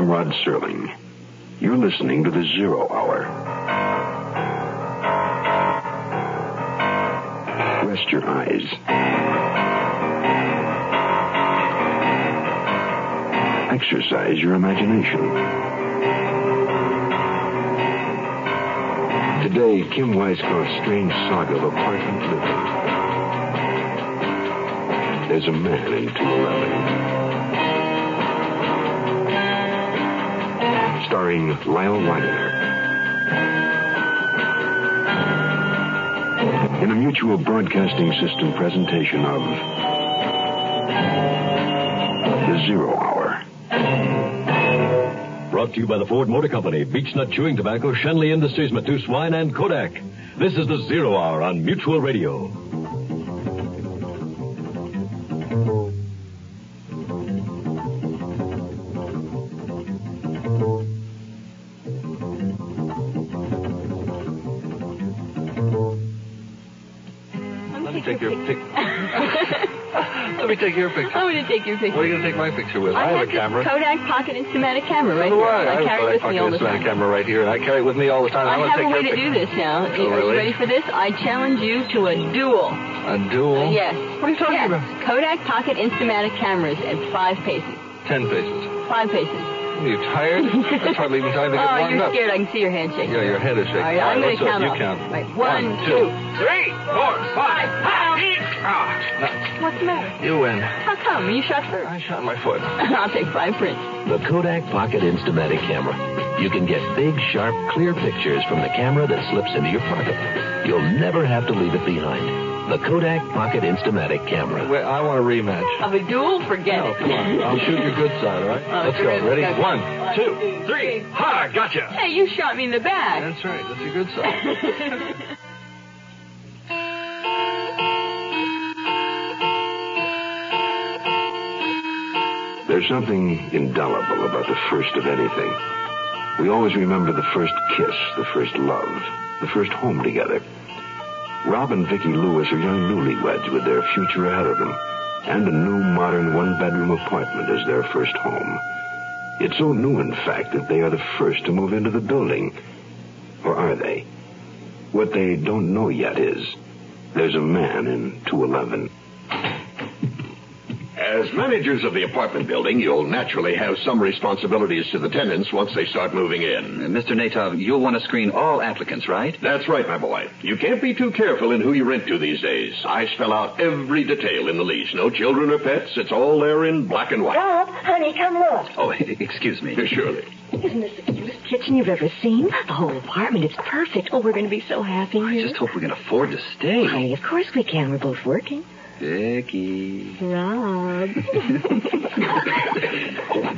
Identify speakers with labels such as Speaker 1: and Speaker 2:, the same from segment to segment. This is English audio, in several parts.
Speaker 1: Rod Serling. You're listening to The Zero Hour. Rest your eyes. Exercise your imagination. Today, Kim Weiskorf's strange saga of apartment living. There's a man in 211. Starring Lyle Wagner. In a mutual broadcasting system presentation of The Zero Hour.
Speaker 2: Brought to you by the Ford Motor Company, Beechnut Chewing Tobacco, Shenley Industries, Matus Wine, and Kodak. This is the Zero Hour on Mutual Radio.
Speaker 3: I'm
Speaker 4: Let me
Speaker 3: gonna
Speaker 4: take your
Speaker 3: pic-
Speaker 4: pic. Let me take your picture.
Speaker 3: I'm going to take your picture.
Speaker 4: What are you going to take my picture with?
Speaker 3: I
Speaker 4: I have a
Speaker 3: this
Speaker 4: camera.
Speaker 3: Kodak pocket instamatic camera right
Speaker 4: So do
Speaker 3: here.
Speaker 4: I.
Speaker 3: I
Speaker 4: have
Speaker 3: carry it with
Speaker 4: a
Speaker 3: me all the
Speaker 4: Kodak
Speaker 3: time.
Speaker 4: camera right here, and I carry it with me all the time.
Speaker 3: I
Speaker 4: want
Speaker 3: have
Speaker 4: take
Speaker 3: a way
Speaker 4: your
Speaker 3: to do
Speaker 4: picture.
Speaker 3: this
Speaker 4: Oh,
Speaker 3: now. Are
Speaker 4: really?
Speaker 3: you ready for this? I challenge you to a duel.
Speaker 4: A duel?
Speaker 3: Uh, Yes.
Speaker 4: What are you talking
Speaker 3: yes.
Speaker 4: about?
Speaker 3: Kodak pocket instamatic cameras at five paces.
Speaker 4: Ten paces.
Speaker 3: Five paces.
Speaker 4: Are you tired? It's hardly even time to get
Speaker 3: oh,
Speaker 4: warmed
Speaker 3: you're
Speaker 4: up.
Speaker 3: scared. I can see your hand shaking.
Speaker 4: Yeah, your head is shaking.
Speaker 3: All right, I'm
Speaker 4: All right,
Speaker 3: going to
Speaker 4: what's up?
Speaker 3: count off.
Speaker 4: You count.
Speaker 3: Right, one,
Speaker 4: One,
Speaker 3: two,
Speaker 4: two,
Speaker 3: three, four, five, pounds.
Speaker 4: Ah,
Speaker 3: What's the matter?
Speaker 4: no, you win.
Speaker 3: How come? You shot first.
Speaker 4: I shot my foot.
Speaker 3: I'll take five prints.
Speaker 5: The Kodak Pocket Instamatic Camera. You can get big, sharp, clear pictures from the camera that slips into your pocket. You'll never have to leave it behind. The Kodak Pocket Instamatic Camera.
Speaker 4: Wait, I want a rematch.
Speaker 3: Of a duel? Forget
Speaker 4: No,
Speaker 3: it.
Speaker 4: Oh, come on. I'll shoot your good side, all right?
Speaker 3: Oh,
Speaker 4: Let's
Speaker 3: terrific.
Speaker 4: go. Ready?
Speaker 3: Okay.
Speaker 4: One,
Speaker 3: One,
Speaker 4: two,
Speaker 3: two,
Speaker 4: three.
Speaker 3: three.
Speaker 4: Ha! Gotcha!
Speaker 3: Hey, you shot me in the back.
Speaker 4: That's right. That's your good side.
Speaker 1: There's something indelible about the first of anything. We always remember the first kiss, the first love, the first home together. Rob and Vicki Lewis are young newlyweds with their future ahead of them and a new modern one-bedroom apartment as their first home. It's so new, in fact, that they are the first to move into the building. Or are they? What they don't know yet is there's a man in 211.
Speaker 6: As managers of the apartment building, you'll naturally have some responsibilities to the tenants once they start moving in.
Speaker 7: Mr. Natov, Uh, you'll want to screen all applicants, right?
Speaker 6: That's right, my boy. You can't be too careful in who you rent to these days. I spell out every detail in the lease. No children or pets. It's all there in black and white.
Speaker 8: Rob, honey, come look.
Speaker 7: Oh, excuse me.
Speaker 6: Surely.
Speaker 8: Isn't this the cutest kitchen you've ever seen? The whole apartment, it's perfect. Oh, we're going to be so happy
Speaker 7: I
Speaker 8: here.
Speaker 7: just hope we can afford to stay.
Speaker 8: Honey, of course we can. We're both working.
Speaker 7: Vicky.
Speaker 8: Rob.
Speaker 7: oh,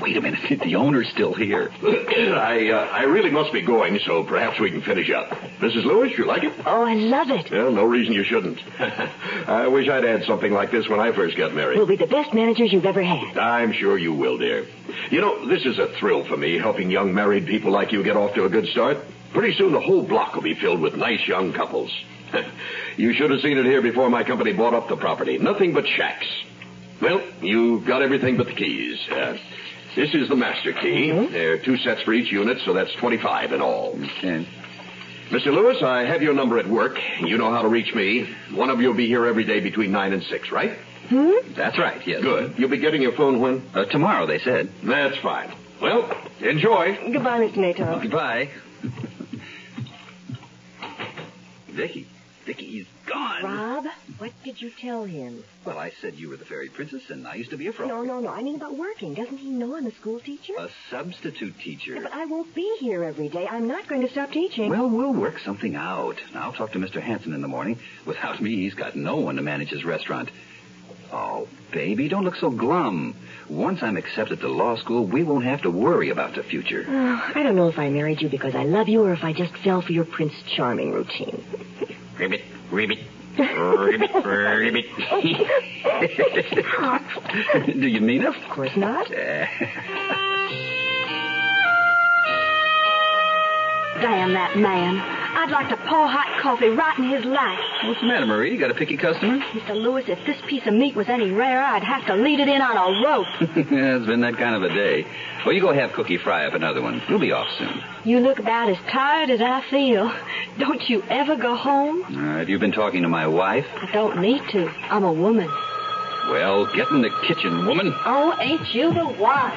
Speaker 7: wait a minute. The owner's still here.
Speaker 6: I uh, I really must be going, so perhaps we can finish up. Mrs. Lewis, you like it?
Speaker 8: oh, I love it.
Speaker 6: Well, no reason you shouldn't. I wish I'd had something like this when I first got married.
Speaker 8: We'll be the best managers you've ever had.
Speaker 6: I'm sure you will, dear. You know, this is a thrill for me, helping young married people like you get off to a good start. Pretty soon the whole block will be filled with nice young couples. you should have seen it here before my company bought up the property. Nothing but shacks. Well, you've got everything but the keys. Uh, this is the master key. There are two sets for each unit, so that's 25 in all.
Speaker 7: Okay.
Speaker 6: Mr. Lewis, I have your number at work. You know how to reach me. One of you will be here every day between 9 and 6, right?
Speaker 7: That's right, yes.
Speaker 6: Good. You'll be getting your phone when?
Speaker 7: Uh, tomorrow, they said.
Speaker 6: That's fine. Well, enjoy.
Speaker 8: Goodbye, Mr. Nato.
Speaker 7: Goodbye. Vicky. Vicky, he's gone.
Speaker 8: Rob, what did you tell him?
Speaker 7: Well, I said you were the fairy princess, and I used to be a frog.
Speaker 8: No, no, no. I mean about working. Doesn't he know I'm a school teacher?
Speaker 7: A substitute teacher.
Speaker 8: Yeah, but I won't be here every day. I'm not going to stop teaching.
Speaker 7: Well, we'll work something out. Now, I'll talk to Mr. Hanson in the morning. Without me, he's got no one to manage his restaurant. Oh, baby, don't look so glum. Once I'm accepted to law school, we won't have to worry about the future.
Speaker 8: Oh, I don't know if I married you because I love you or if I just fell for your Prince Charming routine.
Speaker 7: Ribbit, ribbit, ribbit, ribbit. Do you mean it?
Speaker 8: Of course not.
Speaker 7: Eh,
Speaker 8: Damn that man. I'd like to pour hot coffee right in his life.
Speaker 7: What's the matter, Marie? You got a picky customer?
Speaker 8: Mr. Lewis, if this piece of meat was any rarer, I'd have to lead it in on a rope.
Speaker 7: yeah, it's been that kind of a day. Well, you go have Cookie fry up another one. You'll be off soon.
Speaker 8: You look about as tired as I feel. Don't you ever go home?
Speaker 7: All right, you've Uh, been talking to my wife.
Speaker 8: I don't need to. I'm a woman.
Speaker 7: Well, get in the kitchen, woman.
Speaker 8: Oh, ain't you the one?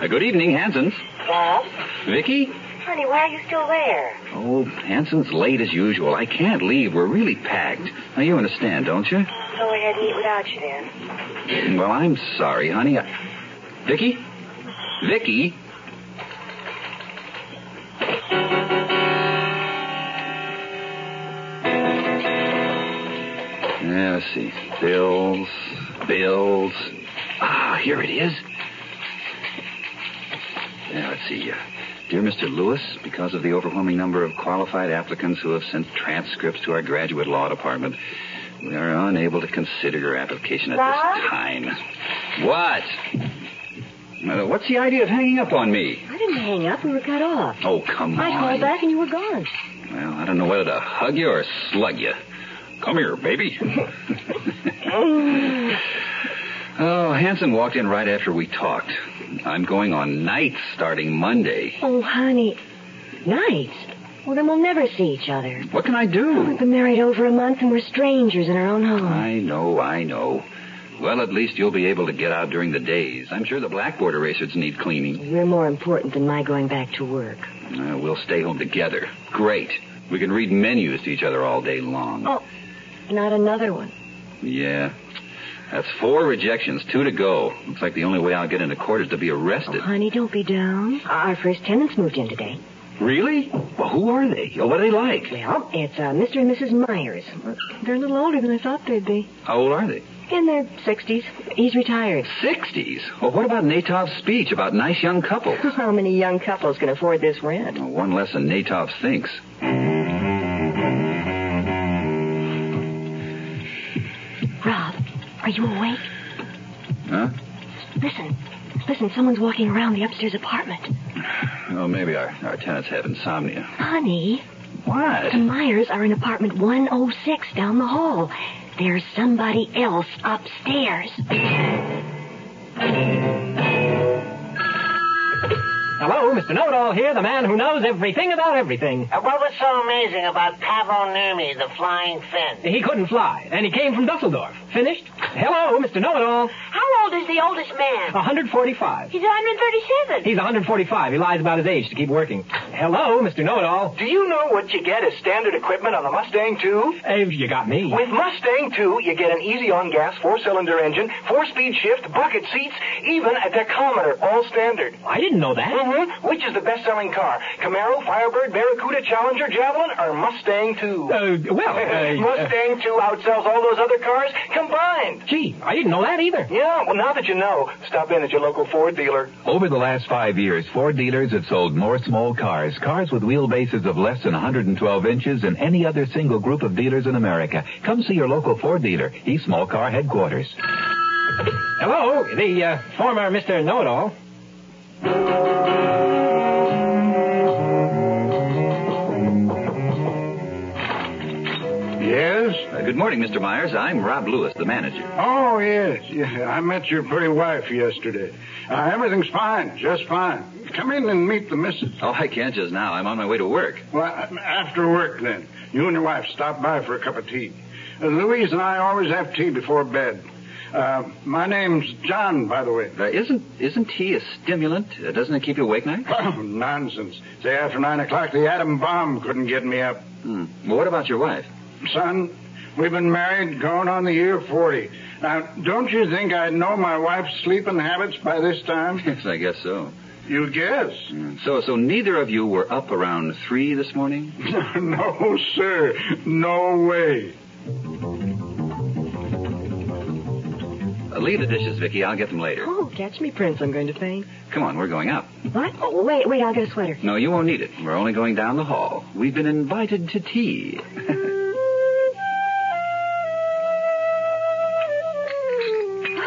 Speaker 7: Uh, good evening, Hanson's.
Speaker 9: Bob?
Speaker 7: Vicky?
Speaker 9: Honey, why are you still there?
Speaker 7: Oh, Hanson's late as usual. I can't leave. We're really packed. Now, you understand, don't you?
Speaker 9: Go ahead and eat without you then.
Speaker 7: Well, I'm sorry, honey. I... Vicky? Vicky? Yeah, let's see. Bills, bills. Ah, here it is. Yeah, let's see. Uh, Dear Mr. Lewis, because of the overwhelming number of qualified applicants who have sent transcripts to our graduate law department, we are unable to consider your application at this
Speaker 9: Bob?
Speaker 7: time. What? Uh, What's the idea of hanging up on me?
Speaker 8: I didn't hang up. We were cut off.
Speaker 7: Oh, come
Speaker 8: I
Speaker 7: on.
Speaker 8: called back and you were gone.
Speaker 7: Well, I don't know whether to hug you or slug you. Come here, baby. oh, Hanson walked in right after we talked. I'm going on nights starting Monday.
Speaker 8: Oh, honey. Nights. Well, then we'll never see each other.
Speaker 7: What can I do?
Speaker 8: We've been married over a month and we're strangers in our own home.
Speaker 7: I know, I know. Well, at least you'll be able to get out during the days. I'm sure the blackboard erasers need cleaning.
Speaker 8: You're more important than my going back to work.
Speaker 7: Uh, we'll stay home together. Great. We can read menus to each other all day long.
Speaker 8: Oh, not another one.
Speaker 7: Yeah. That's four rejections, two to go. Looks like the only way I'll get into court is to be arrested.
Speaker 8: Honey, don't be down. Our first tenants moved in today.
Speaker 7: Really? Well, who are they? Oh, What are they like?
Speaker 8: Well, it's uh, Mr. and Mrs. Myers. They're a little older than I thought they'd be.
Speaker 7: How old are they?
Speaker 8: In their 60s. He's retired.
Speaker 7: 60s. Well, what about Natov's speech about nice young couples?
Speaker 8: How many young couples can afford this rent?
Speaker 7: Well, One less than Natov thinks.
Speaker 8: Rob, are you awake?
Speaker 7: Huh?
Speaker 8: Listen. Listen, someone's walking around the upstairs apartment.
Speaker 7: Well, maybe our, our tenants have insomnia.
Speaker 8: Honey,
Speaker 7: What?
Speaker 8: the Myers are in apartment 106 down the hall. There's somebody else upstairs.
Speaker 9: Uh,
Speaker 10: Hello, Mr. Know-It-All here, the man who knows everything about everything.
Speaker 9: Uh, what was so amazing about Pavo Numi, the flying Finn?
Speaker 10: He couldn't fly, and he came from Dusseldorf. Finished? Hello, Mr. Know-It-All.
Speaker 9: How old is the oldest man?
Speaker 10: 145.
Speaker 9: He's 137.
Speaker 10: He's 145. He lies about his age to keep working. Hello, Mr. Know-It-All.
Speaker 11: Do you know what you get as standard equipment on the Mustang 2?
Speaker 10: Uh, you got me.
Speaker 11: With Mustang 2, you get an easy on gas four cylinder engine, four speed shift, bucket seats, even a tachometer, all standard.
Speaker 10: I didn't know that.
Speaker 11: Mm-hmm. Which is the best selling car? Camaro, Firebird, Barracuda, Challenger, Javelin, or Mustang 2?
Speaker 10: Uh, well, uh, uh,
Speaker 11: Mustang 2 outsells all those other cars combined.
Speaker 10: gee, I didn't know that either.
Speaker 11: Yeah, well, now that you know, stop in at your local Ford dealer.
Speaker 5: Over the last five years, Ford dealers have sold more small cars, cars with wheelbases of less than 112 inches than any other single group of dealers in America. Come see your local Ford dealer. He's small car headquarters.
Speaker 10: Hello, the uh, former Mr. Know-It-All.
Speaker 11: Yes?
Speaker 7: Uh, good morning, Mr. Myers. I'm Rob Lewis, the manager.
Speaker 11: Oh, yes. Yeah, I met your pretty wife yesterday. Uh, everything's fine, just fine. Come in and meet the missus.
Speaker 7: Oh, I can't just now. I'm on my way to work.
Speaker 11: Well, after work, then. You and your wife stop by for a cup of tea. Uh, Louise and I always have tea before bed. Uh, my name's John, by the way.
Speaker 7: Uh, isn't isn't tea a stimulant? Uh, doesn't it keep you awake night?
Speaker 11: Oh, Nonsense. Say, after 9 o'clock, the atom bomb couldn't get me up.
Speaker 7: Hmm. Well, what about your wife?
Speaker 11: Son, we've been married going on the year 40. Now, don't you think I'd know my wife's sleeping habits by this time?
Speaker 7: Yes, I guess so.
Speaker 11: You guess.
Speaker 7: Mm. So, so neither of you were up around three this morning.
Speaker 11: no, sir. No way.
Speaker 7: Uh, leave the dishes, Vicky. I'll get them later.
Speaker 8: Oh, catch me, Prince. I'm going to faint.
Speaker 7: Come on, we're going up.
Speaker 8: What? Oh, wait, wait. I'll get a sweater.
Speaker 7: No, you won't need it. We're only going down the hall. We've been invited to tea.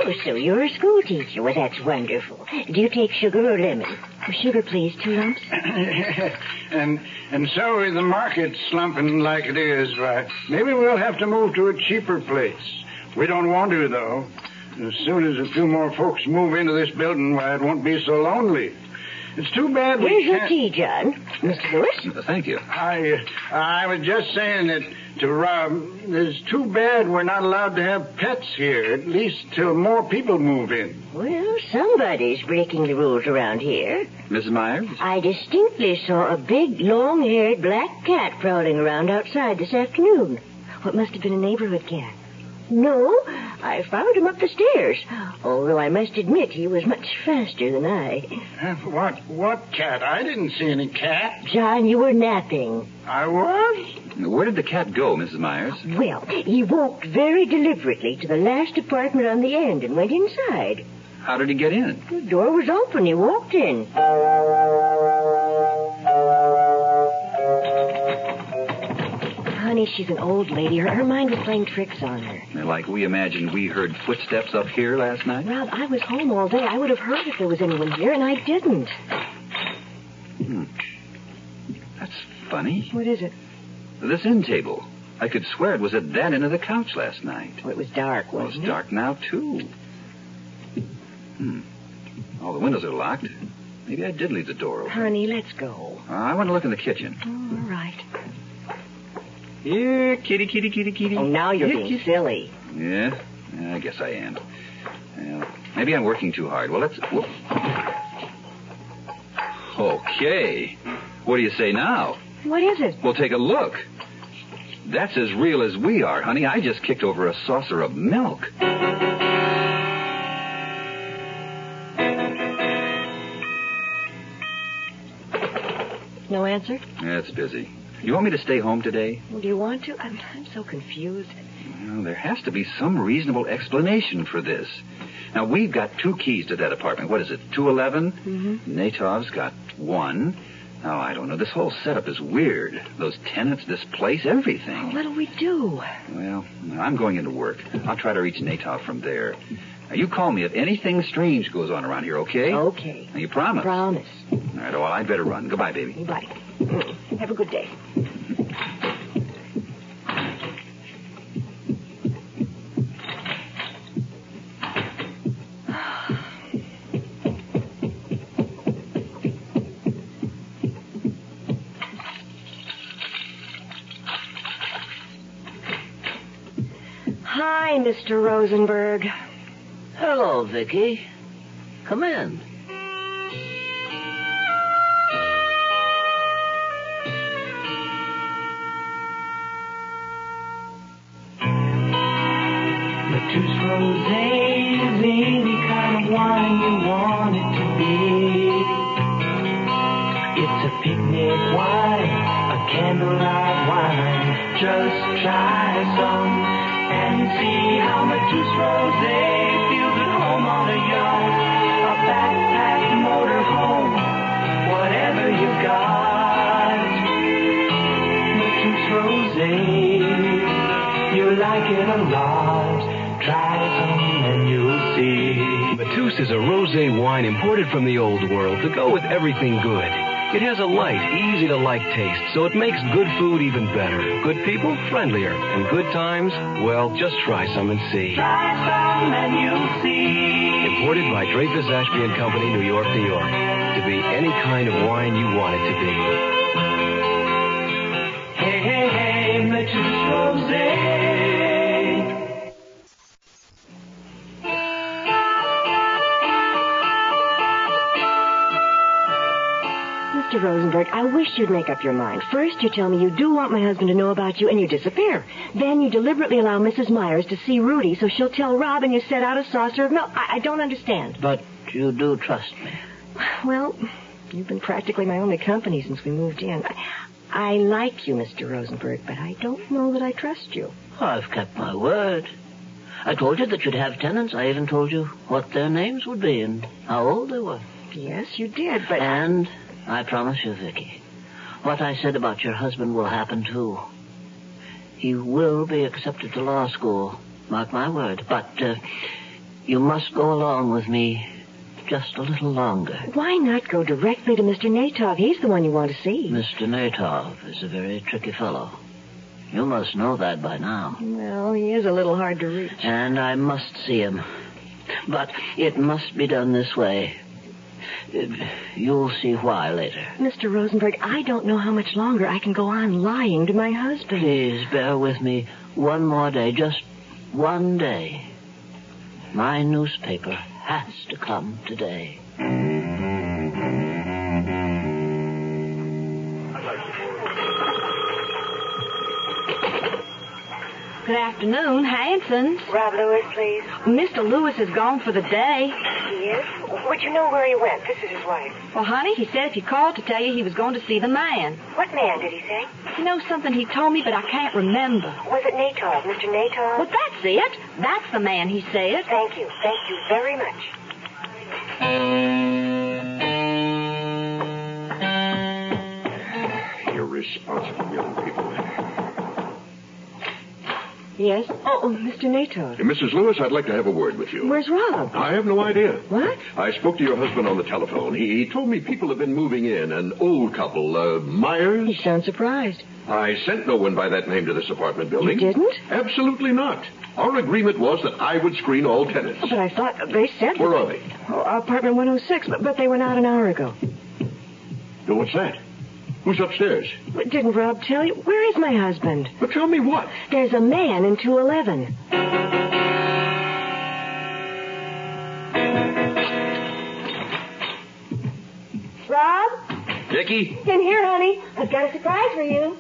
Speaker 8: Oh, Oh, so you're a school teacher. Well, that's wonderful. Do you take sugar or lemon? Oh, Uh, Sugar, please, two lumps.
Speaker 11: and and so with the market slumping like it is, why, maybe we'll have to move to a cheaper place. We don't want to though. As soon as a few more folks move into this building, why it won't be so lonely. It's too bad we
Speaker 8: Here's your
Speaker 11: can't-
Speaker 8: tea, John. Mr. Lewis?
Speaker 7: Thank you.
Speaker 11: I uh, I was just saying that to Rob, it's too bad we're not allowed to have pets here, at least till more people move in.
Speaker 8: Well, somebody's breaking the rules around here.
Speaker 7: Mrs. Myers?
Speaker 8: I distinctly saw a big, long-haired black cat prowling around outside this afternoon. What must have been a neighborhood cat. No, I followed him up the stairs, although I must admit he was much faster than I.
Speaker 11: Uh, What what cat? I didn't see any cat.
Speaker 8: John, you were napping.
Speaker 11: I was.
Speaker 7: Where did the cat go, Mrs. Myers?
Speaker 8: Well, he walked very deliberately to the last apartment on the end and went inside.
Speaker 7: How did he get in?
Speaker 8: The door was open. He walked in. Honey, she's an old lady. Her, her mind was playing tricks on her.
Speaker 7: Uh, Like we imagined, we heard footsteps up here last night.
Speaker 8: Rob, I was home all day. I would have heard if there was anyone here, and I didn't.
Speaker 7: Funny.
Speaker 8: What is it?
Speaker 7: This end table. I could swear it was at that end of the couch last night.
Speaker 8: Well, Oh, it was dark,
Speaker 7: wasn't it? It's dark now, too. Hmm. All the windows are locked. Maybe I did leave the door open.
Speaker 8: Honey, let's go.
Speaker 7: Uh, I want to look in the kitchen.
Speaker 8: All right.
Speaker 7: Here, kitty, kitty, kitty, kitty.
Speaker 8: Oh, now you're
Speaker 7: Here,
Speaker 8: being silly.
Speaker 7: Yeah, yeah, I guess I am. Well, maybe I'm working too hard. Well, let's. whoop. Okay. What do you say now?
Speaker 8: What is it?
Speaker 7: Well, take a look. That's as real as we are, honey. I just kicked over a saucer of milk.
Speaker 8: No answer?
Speaker 7: That's busy. You want me to stay home today?
Speaker 8: Well, do you want to? I'm, I'm so confused.
Speaker 7: Well, there has to be some reasonable explanation for this. Now, we've got two keys to that apartment. What is it, 211?
Speaker 8: Mm-hmm.
Speaker 7: Natov's got one. Now, I don't know. This whole setup is weird. Those tenants, this place, everything.
Speaker 8: What'll we do?
Speaker 7: Well, I'm going into work. I'll try to reach Natov from there. Now, you call me if anything strange goes on around here, okay?
Speaker 8: Okay.
Speaker 7: Now, you promise?
Speaker 8: Promise.
Speaker 7: All right, well, I'd better run. Goodbye, baby.
Speaker 8: Bye. Mm. Have a good day. Hi, Mr. Rosenberg.
Speaker 12: Hello, Vicky. Come in.
Speaker 13: Two's rosé, any kind of wine you want it to be. It's a picnic wine, a candlelight wine. Just try some and see how Matus Rosé feels at home on a yacht, a backpack motorhome, whatever you got. Matus Rosé, you like it a lot. Try some and you'll see.
Speaker 14: Matus is a rosé wine imported from the old world to go with everything good. It has a light, easy to like taste, so it makes good food even better. Good people, friendlier. And good times, well, just try some and see.
Speaker 13: Try some and you'll see.
Speaker 14: Imported by Dreyfus Ashby and Company, New York, New York. To be any kind of wine you want it to be.
Speaker 13: Hey, hey, hey, Mitch's Rosé.
Speaker 8: Mr. Rosenberg, I wish you'd make up your mind. First, you tell me you do want my husband to know about you, and you disappear. Then you deliberately allow Mrs. Myers to see Rudy, so she'll tell Rob, and you set out a saucer of milk. I, I don't understand.
Speaker 12: But you do trust me.
Speaker 8: Well, you've been practically my only company since we moved in. I, I like you, Mr. Rosenberg, but I don't know that I trust you.
Speaker 12: I've kept my word. I told you that you'd have tenants. I even told you what their names would be and how old they were.
Speaker 8: Yes, you did, but.
Speaker 12: And I promise you, Vicky, what I said about your husband will happen too. He will be accepted to law school. Mark my word. But uh, You must go along with me just a little longer.
Speaker 8: Why not go directly to Mr. Natov? He's the one you want to see.
Speaker 12: Mr. Natov is a very tricky fellow. You must know that by now.
Speaker 8: Well, he is a little hard to reach.
Speaker 12: And I must see him. But it must be done this way. Uh, You'll see why later.
Speaker 8: Mr. Rosenberg, I don't know how much longer I can go on lying to my husband.
Speaker 12: Please bear with me one more day, just one day. My newspaper has to come today.
Speaker 8: Good afternoon, Hanson's.
Speaker 15: Rob Lewis, please.
Speaker 8: Mr. Lewis is gone for the day.
Speaker 15: He is? Would you know where he went? This is his wife.
Speaker 8: Well, honey, he said if you called to tell you he was going to see the man.
Speaker 15: What man did he say?
Speaker 8: You know something he told me, but I can't remember.
Speaker 15: Was it Natov, Mr. Natov?
Speaker 8: Well, that's it. That's the man he said.
Speaker 15: Thank you. Thank you very much.
Speaker 6: Irresponsible young people.
Speaker 8: Yes? Oh, oh, Mr. Natov.
Speaker 6: Hey, Mrs. Lewis, I'd like to have a word with you.
Speaker 8: Where's Rob?
Speaker 6: I have no idea.
Speaker 8: What?
Speaker 6: I spoke to your husband on the telephone. He, he told me people have been moving in. An old couple, uh, Myers.
Speaker 8: He sounds surprised.
Speaker 6: I sent no one by that name to this apartment building.
Speaker 8: You didn't?
Speaker 6: Absolutely not. Our agreement was that I would screen all tenants.
Speaker 8: Oh, but I thought they said.
Speaker 6: Where are they?
Speaker 8: Oh, apartment 106, but, but they went out an hour ago.
Speaker 6: Oh, What's that? Who's upstairs?
Speaker 8: But Didn't Rob tell you? Where is my husband?
Speaker 6: But tell me what?
Speaker 8: There's a man in 211.
Speaker 15: Rob?
Speaker 7: Dickie?
Speaker 15: In here, honey. I've got a surprise for you.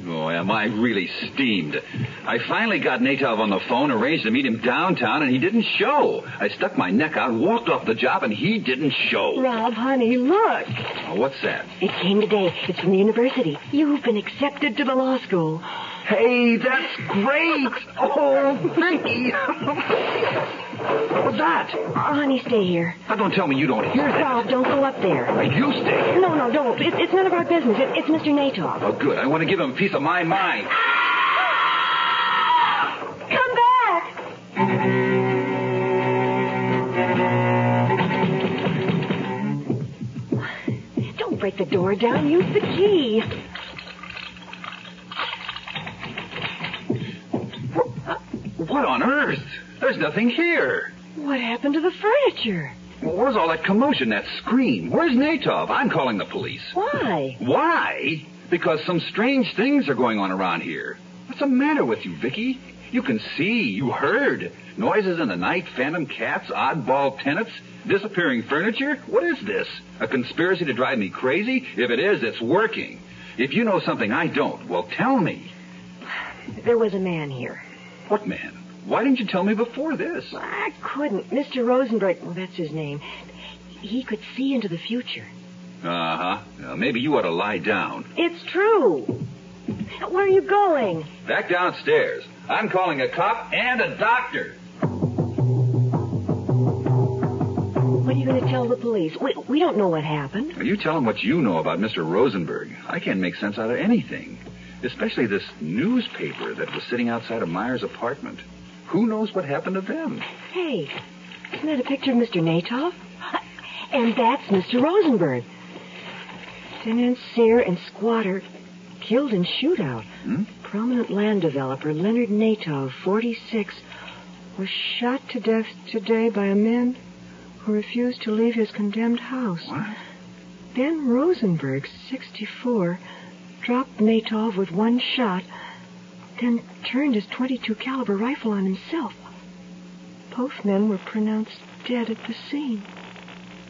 Speaker 7: Boy, Oh, am I really steamed. I finally got Natov on the phone, arranged to meet him downtown, and he didn't show. I stuck my neck out, walked off the job, and he didn't show.
Speaker 8: Rob, honey, look.
Speaker 7: Now, what's that?
Speaker 8: It came today. It's from the university. You've been accepted to the law school.
Speaker 13: Hey, that's great! Oh, Vicky!
Speaker 8: What's that? honey, stay here.
Speaker 7: Now, don't tell me you don't hear that.
Speaker 8: Rob, don't go up there.
Speaker 7: Now, you stay.
Speaker 8: No, no, don't. It's, it's none of our business. It, it's Mr. Natov.
Speaker 7: Oh, good. I want to give him a piece of my mind.
Speaker 15: Come back.
Speaker 8: Don't break the door down. Use the key.
Speaker 7: What on earth? There's nothing here.
Speaker 8: What happened to the furniture?
Speaker 7: Where's all that commotion, that scream? Where's Natov? I'm calling the police.
Speaker 8: Why?
Speaker 7: Why? Because some strange things are going on around here. What's the matter with you, Vicky? You can see, you heard. Noises in the night, phantom cats, oddball tenants, disappearing furniture. What is this? A conspiracy to drive me crazy? If it is, it's working. If you know something I don't, well, tell me.
Speaker 8: There was a man here.
Speaker 7: What man? Why didn't you tell me before this?
Speaker 8: I couldn't. Mr. Rosenberg, well, that's his name. He could see into the future.
Speaker 7: Uh-huh. Uh, maybe you ought to lie down.
Speaker 8: It's true. Where are you going?
Speaker 7: Back downstairs. I'm calling a cop and a doctor.
Speaker 8: What are you going to tell the police? We, we don't know what happened.
Speaker 7: Now, you tell him what you know about Mr. Rosenberg. I can't make sense out of anything, especially this newspaper that was sitting outside of Meyer's apartment. Who knows what happened to them?
Speaker 8: Hey, isn't that a picture of Mr. Natov? And that's Mr. Rosenberg. Tenant, seer, and squatter killed in shootout. Prominent land developer Leonard Natov, 46, was shot to death today by a man who refused to leave his condemned house. Ben Rosenberg, 64, dropped Natov with one shot, then turned his 22 caliber rifle on himself. Both men were pronounced dead at the scene.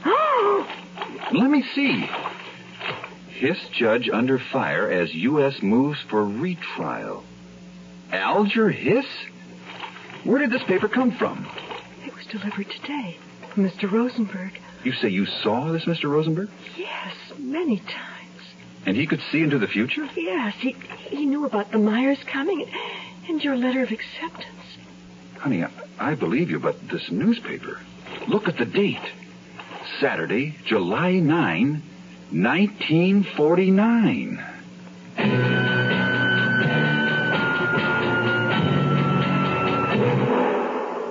Speaker 8: Oh!
Speaker 7: Let me see. Hiss judge under fire as U.S. moves for retrial. Alger Hiss? Where did this paper come from?
Speaker 8: It was delivered today from Mr. Rosenberg.
Speaker 7: You say you saw this, Mr. Rosenberg?
Speaker 8: Yes, many times.
Speaker 7: And he could see into the future?
Speaker 8: Yes, he, he knew about the Myers coming and your letter of acceptance.
Speaker 7: Honey, I, I believe you, but this newspaper. Look at the date Saturday, July 9, 1949.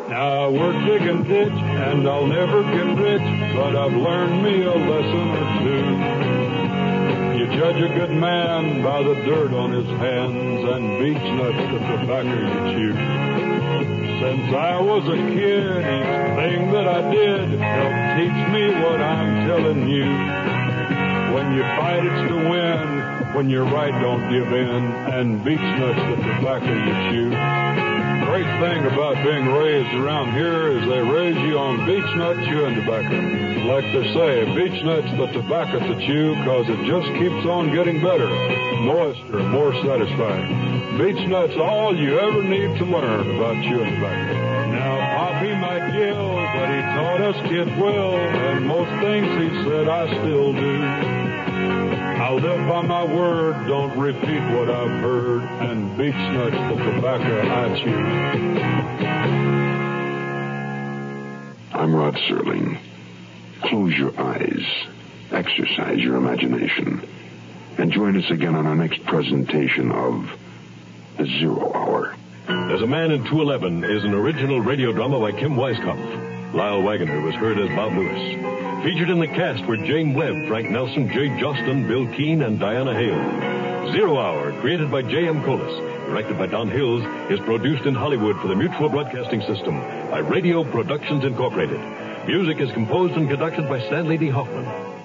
Speaker 16: Now, I work dig and ditch, and I'll never get rich, but I've learned me a lesson or two. You judge a good man by the dirt on his hands and beech nuts the tobacco you chew. Since I was a kid, each thing that I did helped teach me what I'm telling you. When you fight, it's to win. When you're right, don't give in. And beech nuts the tobacco you chew great thing about being raised around here is they raise you on beech nut chewing tobacco. Like they say, beech nut's the tobacco to chew 'cause it just keeps on getting better, moister, more satisfying. Beech nut's all you ever need to learn about chewing tobacco. Now, Poppy might yell, but he taught us kids well, and most things he said I still do. I live by my word, don't repeat what I've heard, and beech nuts the tobacco I chew.
Speaker 1: I'm Rod Serling. Close your eyes, exercise your imagination, and join us again on our next presentation of The Zero Hour.
Speaker 2: There's a Man in 211 is an original radio drama by Kim Weiskopf. Lyle Waggoner was heard as Bob Lewis. Featured in the cast were Jane Webb, Frank Nelson, Jay Jostin, Bill Keane, and Diana Hale. Zero Hour, created by J.M. Colas, directed by Don Hills, is produced in Hollywood for the Mutual Broadcasting System by Radio Productions Incorporated. Music is composed and conducted by Stanley D. Hoffman.